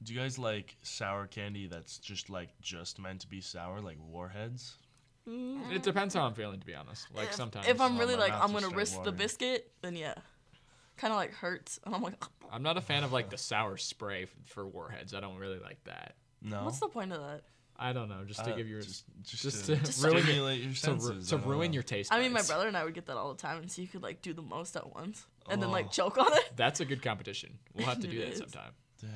Speaker 2: do you guys like sour candy that's just like just meant to be sour, like warheads?
Speaker 1: It depends how I'm feeling, to be honest. Like
Speaker 3: if,
Speaker 1: sometimes
Speaker 3: Mm, If I'm
Speaker 2: Oh,
Speaker 3: really
Speaker 2: my
Speaker 3: like,
Speaker 2: mouth
Speaker 3: I'm
Speaker 2: is
Speaker 3: gonna
Speaker 2: straight
Speaker 3: risk the
Speaker 2: watering.
Speaker 3: biscuit, then yeah, kind of like hurts, and I'm like, "Uh,
Speaker 1: I'm not a fan of like the sour spray f- for warheads. I don't really like that.
Speaker 2: No.
Speaker 3: what's the point of that?
Speaker 1: I don't know, just to
Speaker 2: Uh,
Speaker 1: give your
Speaker 2: just, just,
Speaker 1: just
Speaker 2: to,
Speaker 1: to
Speaker 2: just
Speaker 1: ruin your-
Speaker 2: stimulate your
Speaker 1: to, ru-
Speaker 2: senses.
Speaker 1: to
Speaker 2: I don't
Speaker 1: ruin
Speaker 2: know.
Speaker 1: your taste.
Speaker 3: I mean, my
Speaker 1: buds.
Speaker 3: brother and I would get that all the time, and so you could like do the most at once, and then
Speaker 2: Oh.
Speaker 3: like choke on it.
Speaker 1: That's a good competition. We'll have to do
Speaker 3: It
Speaker 1: that
Speaker 3: is.
Speaker 1: sometime.
Speaker 2: Dang.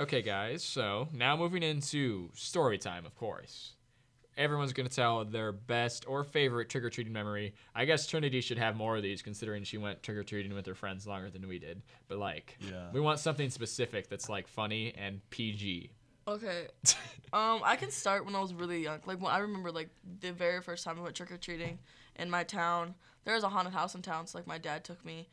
Speaker 1: Okay, guys. So now moving into story time, of course. Everyone's gonna tell their best or favorite trick or treating memory. I guess Trinity should have more of these, considering she went trick or treating with her friends longer than we did. But like,
Speaker 2: Yeah.
Speaker 1: we want something specific that's like funny and PG.
Speaker 3: Okay. Um, I can start when I was really young. Like when I remember, like the very first time I went trick or treating in my town. There was a haunted house in town, so like my dad took me,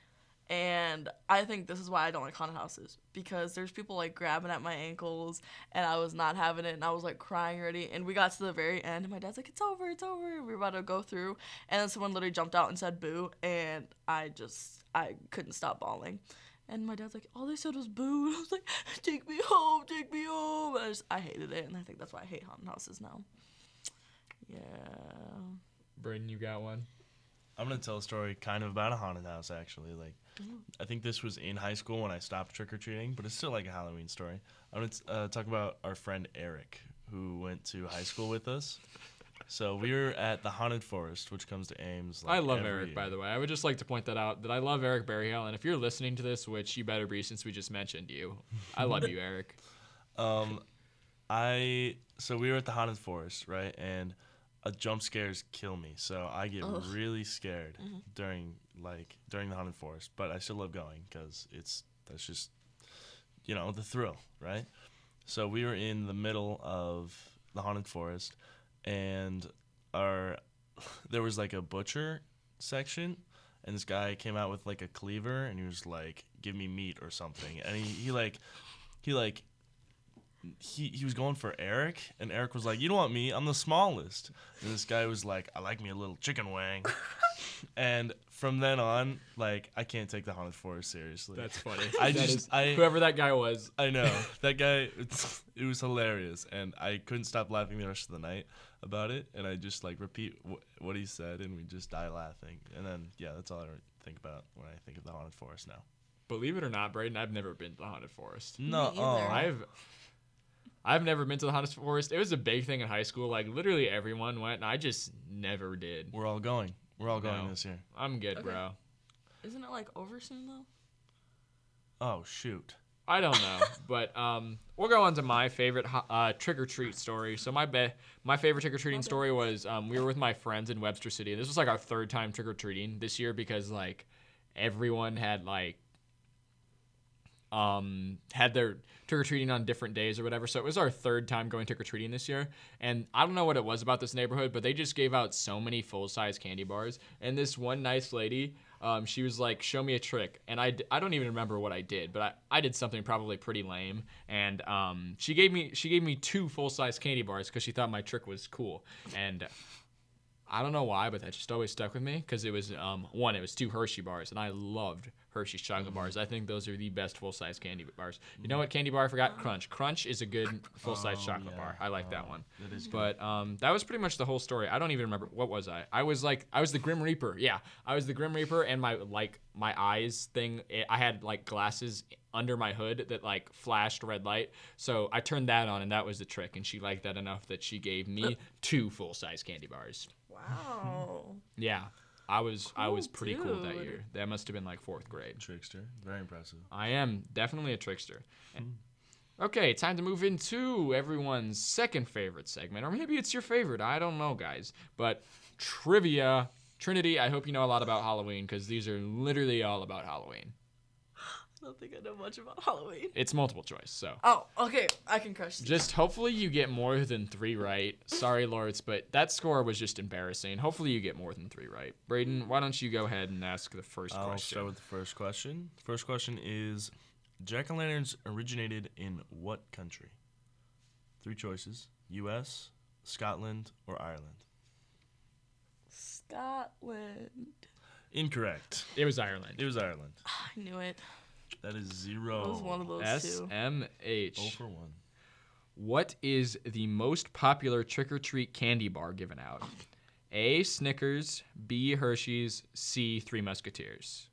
Speaker 3: and I think this is why I don't like haunted houses because there's people like grabbing at my ankles, and I was not having it, and I was like crying already. And we got to the very end, and my dad's like, "It's over, it's over." We were about to go through, and then someone literally jumped out and said "boo," and I just I couldn't stop bawling. And my dad's like, all they said was boo. And I was like, take me home, take me home. I, just, I hated it. And I think that's why I hate haunted houses now. Yeah.
Speaker 1: Braden, you got one?
Speaker 2: I'm gonna tell a story kind of about a haunted house actually. Like,
Speaker 1: Mm.
Speaker 2: I think this was in high school when I stopped trick or treating, but it's still like a Halloween story. I'm gonna t- uh, talk about our friend Eric who went to high school with us. So we were at the haunted forest, which comes to Ames.
Speaker 1: I love Eric, by the way. I would just like to point that out that I love Eric Berryhill, and if you're listening to this, which you better be since we just mentioned you, I love you, Eric.
Speaker 2: Um, I so we were at the haunted forest, right? And uh, jump scares kill me, so I get
Speaker 3: Ugh.
Speaker 2: really scared during like during the haunted forest. But I still love going because it's that's just you know the thrill, right? So we were in the middle of the haunted forest, and our there was like a butcher section, and this guy came out with like a cleaver, and he was like, "Give me meat or something," and he, he like he like he, he was going for Eric, and Eric was like, "You don't want me? I'm the smallest." And this guy was like, "I like me a little chicken wing." and from then on, like I can't take the haunted forest seriously.
Speaker 1: That's funny.
Speaker 2: I
Speaker 1: That
Speaker 2: just-
Speaker 1: is-
Speaker 2: I-
Speaker 1: whoever that guy was.
Speaker 2: I know that guy. It's, it was hilarious, and I couldn't stop laughing the rest of the night about it. And I just like repeat w- what he said, and we just die laughing. And then yeah, that's all I think about when I think of the haunted forest now.
Speaker 1: Believe it or not, Braden, I've never been to the haunted forest.
Speaker 2: No, oh,
Speaker 3: Me either.
Speaker 2: I,
Speaker 1: I've I've never been to the haunted forest. It was a big thing in high school. Like literally everyone went, and I just never did.
Speaker 2: we're all going. We're all going
Speaker 1: No.
Speaker 2: this year.
Speaker 1: I'm good,
Speaker 3: Okay.
Speaker 1: bro.
Speaker 3: Isn't it like over soon though?
Speaker 2: Oh shoot.
Speaker 1: I don't know, but um, we'll go on to my favorite ho- uh, trick or treat story. So my be- my favorite trick or treating
Speaker 3: Okay.
Speaker 1: story was um, we were with my friends in Webster City. This was like our third time trick or treating this year because like everyone had like um had their trick or treating on different days or whatever. So it was our third time going trick or treating this year, and I don't know what it was about this neighborhood, but they just gave out so many full size candy bars. And this one nice lady, um, she was like, "Show me a trick," and I, d- I don't even remember what I did, but I, I did something probably pretty lame. And um, she gave me she gave me two full size candy bars because she thought my trick was cool. And I don't know why, but that just always stuck with me because it was um, one, it was two Hershey bars, and I loved Hershey's chocolate bars.
Speaker 2: Mm-hmm.
Speaker 1: I think those are the best full size candy bars. You know what candy bar I forgot? Crunch. Crunch is a good full size
Speaker 2: Oh,
Speaker 1: chocolate
Speaker 2: yeah.
Speaker 1: bar. I like that
Speaker 2: Oh,
Speaker 1: one.
Speaker 2: That is good.
Speaker 1: But um, that was pretty much the whole story. I don't even remember what was I. I was like I was the Grim Reaper. Yeah, I was the Grim Reaper, and my like my eyes thing. It, I had like glasses under my hood that like flashed red light. So I turned that on, and that was the trick. And she liked that enough that she gave
Speaker 2: Uh,
Speaker 1: me two full size candy bars.
Speaker 3: Wow.
Speaker 1: Yeah, I was I was
Speaker 3: Cool,
Speaker 1: pretty cool that
Speaker 3: dude.
Speaker 1: year. That must have been like fourth grade.
Speaker 2: Trickster. Very impressive.
Speaker 1: I am definitely a trickster. Okay, time to move into everyone's second favorite segment, or maybe it's your favorite. I don't know, guys. But trivia, Trinity. I hope you know a lot about Halloween because these are literally all about Halloween.
Speaker 3: I don't think I know much about Halloween.
Speaker 1: It's multiple choice, so
Speaker 3: Oh, okay. I can crush this.
Speaker 1: just hopefully you get more than three right. Sorry, Lawrence, but that score was just embarrassing. Hopefully you get more than three right. Braden, why don't you go ahead and ask the 1st
Speaker 2: I'll
Speaker 1: question?
Speaker 2: start with the first question. First question is Jack o' lanterns originated in what country? Three choices US, Scotland, or Ireland?
Speaker 3: Scotland.
Speaker 2: Incorrect.
Speaker 1: it was Ireland.
Speaker 2: It was Ireland.
Speaker 3: I knew it.
Speaker 2: That is zero.
Speaker 3: It was one of those
Speaker 1: Oh, S
Speaker 3: two.
Speaker 1: M
Speaker 2: Oh
Speaker 1: H.
Speaker 2: for one.
Speaker 1: What is the most popular trick or treat candy bar given out? A. Snickers. B. Hershey's. C. Three Musketeers.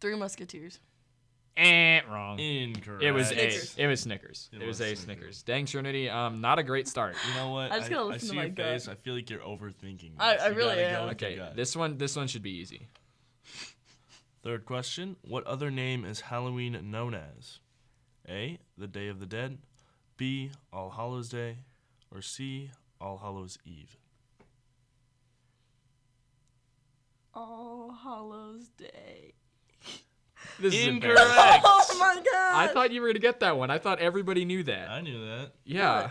Speaker 3: Three Musketeers.
Speaker 1: Eh, wrong.
Speaker 2: Incorrect.
Speaker 1: It was A.
Speaker 3: Snickers.
Speaker 1: It was Snickers.
Speaker 2: It
Speaker 1: It was
Speaker 2: was
Speaker 1: A.
Speaker 2: Snickers.
Speaker 1: Snickers. Dang, Trinity. Um, not a great start.
Speaker 2: You know what?
Speaker 3: I just gotta
Speaker 2: I
Speaker 3: listen
Speaker 2: see
Speaker 3: to
Speaker 2: your
Speaker 3: my gut.
Speaker 2: face. I feel like you're overthinking.
Speaker 3: I-
Speaker 2: this.
Speaker 3: I
Speaker 2: You
Speaker 3: really
Speaker 2: gotta
Speaker 3: am.
Speaker 2: Go with your
Speaker 1: Okay,
Speaker 2: gut.
Speaker 1: this one. This one should be easy.
Speaker 2: Third question. What other name is Halloween known as? A. The Day of the Dead. B. All Hallows Day. Or C. All Hallows Eve.
Speaker 3: All Hallows Day.
Speaker 1: This
Speaker 2: Incorrect.
Speaker 1: embarrassing.
Speaker 3: Oh my god.
Speaker 1: I thought you were gonna get that one. I thought everybody knew that.
Speaker 2: I knew that.
Speaker 1: yeah.
Speaker 3: What?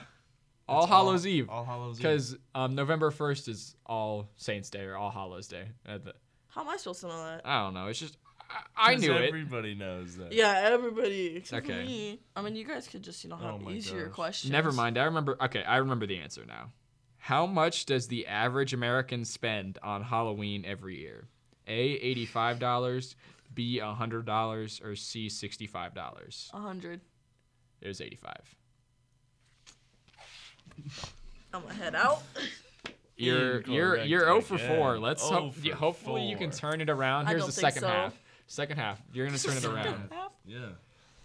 Speaker 1: All
Speaker 2: It's
Speaker 1: Hallows Eve.
Speaker 2: All Hallows Eve.
Speaker 1: Because um, November 1st is All Saints Day or All Hallows Day. Uh, the-
Speaker 3: How am I supposed to know that?
Speaker 1: I don't know. It's just, I, I
Speaker 2: 'Cause
Speaker 1: knew it.
Speaker 2: Everybody knows that.
Speaker 3: Yeah, everybody except
Speaker 1: Okay.
Speaker 3: for me. I mean, you guys could just you know
Speaker 2: Oh
Speaker 3: have
Speaker 2: my
Speaker 3: easier
Speaker 2: gosh.
Speaker 3: questions.
Speaker 1: Never mind. I remember. Okay, I remember the answer now. How much does the average American spend on Halloween every year? A, $85, B, $100, or C, $65?
Speaker 3: A hundred.
Speaker 1: It was 85
Speaker 3: I'm gonna head out.
Speaker 1: You're you're
Speaker 2: Incorrect
Speaker 1: you're 0 for
Speaker 2: again.
Speaker 1: 4. Let's
Speaker 2: Oh
Speaker 1: hope
Speaker 2: for
Speaker 1: hopefully you can
Speaker 2: four.
Speaker 1: turn it around.
Speaker 3: I
Speaker 1: Here's
Speaker 3: don't
Speaker 1: the
Speaker 3: think
Speaker 1: second
Speaker 3: so.
Speaker 1: half. Second half. You're going to turn it around.
Speaker 2: Yeah.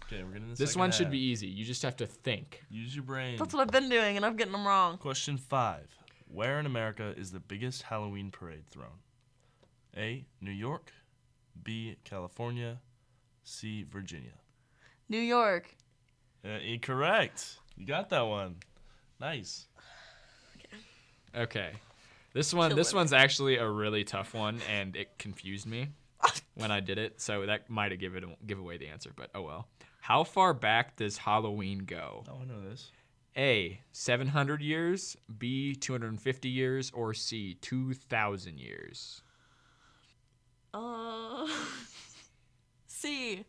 Speaker 2: Okay, we're getting the
Speaker 1: This
Speaker 2: second
Speaker 1: one should
Speaker 2: half.
Speaker 1: be easy. You just have to think.
Speaker 2: Use your brain.
Speaker 3: That's what I've been doing, and I'm getting them wrong.
Speaker 2: Question five. Where in America is the biggest Halloween parade thrown? A. New York. B. California. C. Virginia.
Speaker 3: New York.
Speaker 2: Uh, incorrect. You got that one. Nice.
Speaker 1: Okay. This one
Speaker 3: Kill
Speaker 1: this
Speaker 3: it.
Speaker 1: one's actually a really tough one and it confused me when I did it. So that might have given give away the answer, but oh well. How far back does Halloween go?
Speaker 2: Oh, I know this.
Speaker 1: A, 700 years, B, 250 years, or C, 2000 years?
Speaker 3: Uh. C.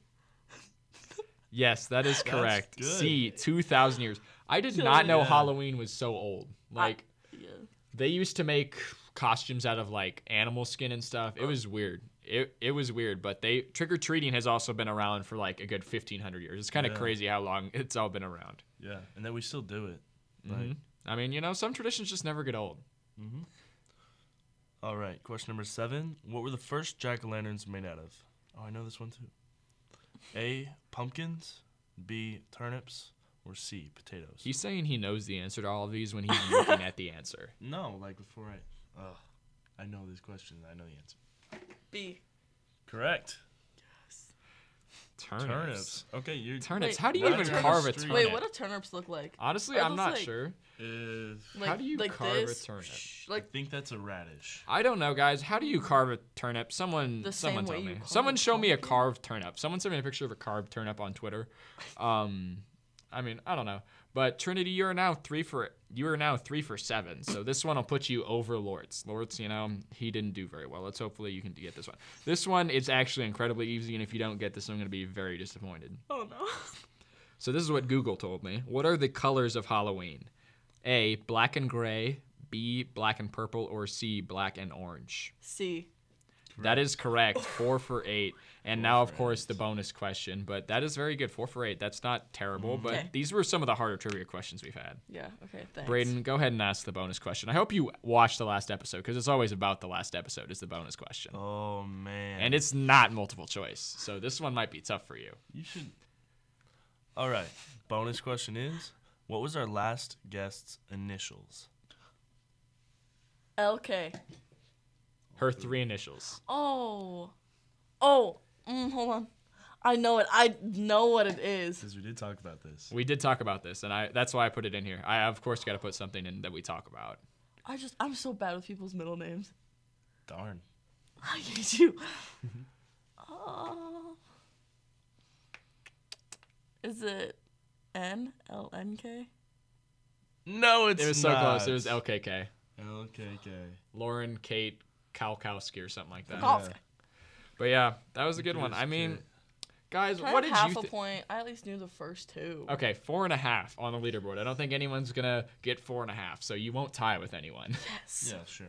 Speaker 1: Yes, that is correct.
Speaker 2: good.
Speaker 1: C, 2000 years. I did
Speaker 3: Kill
Speaker 1: not
Speaker 3: it.
Speaker 1: know
Speaker 2: Yeah.
Speaker 1: Halloween was so old. Like
Speaker 3: Yeah.
Speaker 1: they used to make costumes out of like animal skin and stuff.
Speaker 2: Oh.
Speaker 1: It was weird. It it was weird, but they trick or treating has also been around for like a good 1500 years. It's kind of
Speaker 2: Yeah.
Speaker 1: crazy how long it's all been around.
Speaker 2: Yeah. And then we still do it. Like,
Speaker 1: Mhm. I mean, you know, some traditions just never get old.
Speaker 2: All right. Question number seven. What were the first jack o' lanterns made out of? Oh, I know this one too. A. Pumpkins. B. Turnips. Or C. Potatoes.
Speaker 1: He's saying he knows the answer to all of these when he's looking at the answer.
Speaker 2: No, like before I. Ugh, I know this question. I know the answer.
Speaker 3: B.
Speaker 2: Correct.
Speaker 1: Turnips. Oh,
Speaker 2: Turnips.
Speaker 1: Turnips.
Speaker 2: Okay, you.
Speaker 3: Wait,
Speaker 1: How do you
Speaker 3: what
Speaker 1: even
Speaker 3: are turnips?
Speaker 1: carve a
Speaker 2: Wait,
Speaker 1: turnip?
Speaker 3: Wait, what do turnips look like?
Speaker 1: Honestly,
Speaker 3: are
Speaker 1: I'm
Speaker 3: those,
Speaker 1: not
Speaker 3: like-
Speaker 1: sure.
Speaker 2: Uh,
Speaker 3: Like,
Speaker 1: Uh, do you
Speaker 3: like
Speaker 1: carve a
Speaker 3: this?
Speaker 1: turnip?
Speaker 3: Shh,
Speaker 2: I
Speaker 3: Like
Speaker 2: think that's a radish.
Speaker 1: I don't know, guys. How do you carve a turnip? Someone,
Speaker 3: The
Speaker 1: someone
Speaker 3: same way
Speaker 1: tell
Speaker 3: you
Speaker 1: me.
Speaker 3: carve
Speaker 1: Someone
Speaker 3: a
Speaker 1: show me a
Speaker 3: pumpkin.
Speaker 1: carved turnip. Someone sent me a picture of a carved turnip on Twitter. Um, I mean, I don't know. But Trinity, you are now three for you are now three for seven. So this one will put you over Lords. Lords, you know, he didn't do very well. Let's hopefully you can get this one. This one is actually incredibly easy, and if you don't get this, I'm going to be very disappointed.
Speaker 3: oh no.
Speaker 1: So this is what Google told me. What are the colors of Halloween? A. Black and gray. B. Black and purple. Or C. Black and orange.
Speaker 3: C.
Speaker 1: That is correct. Four for eight. And now, of course, the bonus question. But that is very good. Four for eight. That's not terrible.
Speaker 2: Mm-hmm.
Speaker 1: But
Speaker 3: Okay.
Speaker 1: these were some of the harder trivia questions we've had.
Speaker 3: Yeah. Okay. Thanks.
Speaker 1: Braden, go ahead and ask the bonus question. I hope you watched the last episode because it's always about the last episode is the bonus question.
Speaker 2: Oh man.
Speaker 1: And it's not multiple choice. So this one might be tough for you.
Speaker 2: you should. All right. Bonus question is: What was our last guest's initials?
Speaker 3: LK.
Speaker 1: Her three initials.
Speaker 3: Oh. Oh. Mm, hold on. I know it. I know what it is.
Speaker 2: Because we did talk about this.
Speaker 1: We did talk about this, and I that's why I put it in here. I, of course, got to put something in that we talk about.
Speaker 3: I just I'm so bad with people's middle names.
Speaker 2: Darn.
Speaker 3: I hate you. Uh, is it N L N K?
Speaker 2: No, it's
Speaker 1: It was so
Speaker 2: not.
Speaker 1: close. It was LKK.
Speaker 2: LKK.
Speaker 1: Lauren Kate Kalkowski or something like that.
Speaker 3: Golf.
Speaker 2: yeah.
Speaker 1: But yeah, that was a good one.
Speaker 2: Just
Speaker 1: I mean,
Speaker 2: kidding.
Speaker 1: guys,
Speaker 3: Can I
Speaker 1: what
Speaker 3: have
Speaker 1: did
Speaker 3: half
Speaker 1: you?
Speaker 3: a
Speaker 1: Th-
Speaker 3: point? I at least knew the first two.
Speaker 1: okay, four and a half on the leaderboard. I don't think anyone's gonna get four and a half, so you won't tie with anyone.
Speaker 3: Yes.
Speaker 2: yeah, sure.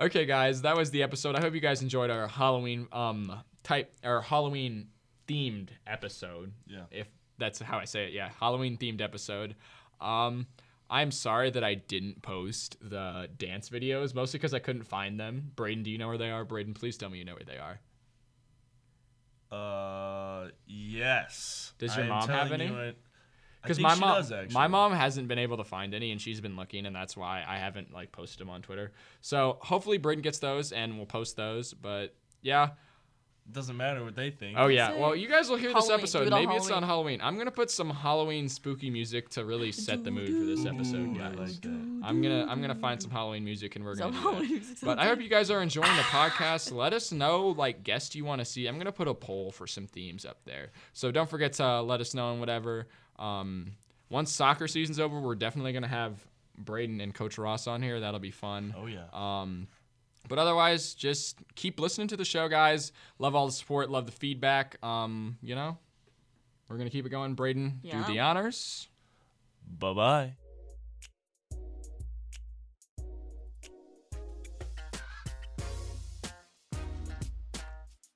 Speaker 1: okay, guys, that was the episode. I hope you guys enjoyed our Halloween um type or Halloween themed episode.
Speaker 2: Yeah.
Speaker 1: If that's how I say it, yeah, Halloween themed episode. Um. I'm sorry that I didn't post the dance videos, mostly because I couldn't find them. Braden, do you know where they are? Braden, please tell me you know where they are.
Speaker 2: Uh, yes.
Speaker 1: Does
Speaker 2: I
Speaker 1: your
Speaker 2: am
Speaker 1: mom have
Speaker 2: telling you
Speaker 1: any?
Speaker 2: it- I
Speaker 1: because
Speaker 2: think
Speaker 1: my
Speaker 2: she
Speaker 1: mom,
Speaker 2: does, actually.
Speaker 1: my mom hasn't been able to find any, and she's been looking, and that's why I haven't like posted them on Twitter. So hopefully, Braden gets those, and we'll post those. But yeah,
Speaker 2: It doesn't matter what they think.
Speaker 1: Oh yeah.
Speaker 3: Say
Speaker 1: Well, you guys will hear this
Speaker 3: Halloween.
Speaker 1: episode.
Speaker 3: Do it
Speaker 1: Maybe
Speaker 3: on
Speaker 1: it's on Halloween. I'm gonna put some Halloween spooky music to really set the mood for this episode,
Speaker 2: Ooh, I
Speaker 1: guys.
Speaker 2: like that.
Speaker 1: I'm gonna I'm gonna find some Halloween music and we're
Speaker 3: Some
Speaker 1: gonna.
Speaker 3: Halloween
Speaker 1: do
Speaker 3: music
Speaker 1: that. But I hope
Speaker 3: sounds
Speaker 1: you guys are enjoying the podcast. Let us know like guests you want to see. I'm gonna put a poll for some themes up there. So don't forget to uh, let us know and whatever. Um, once soccer season's over, we're definitely gonna have Braden and Coach Ross on here. That'll be fun.
Speaker 2: Oh yeah.
Speaker 1: Um, but otherwise, just keep listening to the show, guys. Love all the support, love the feedback. Um, you know, we're gonna keep it going. Braden,
Speaker 3: Yeah.
Speaker 1: do the honors.
Speaker 2: Bye bye.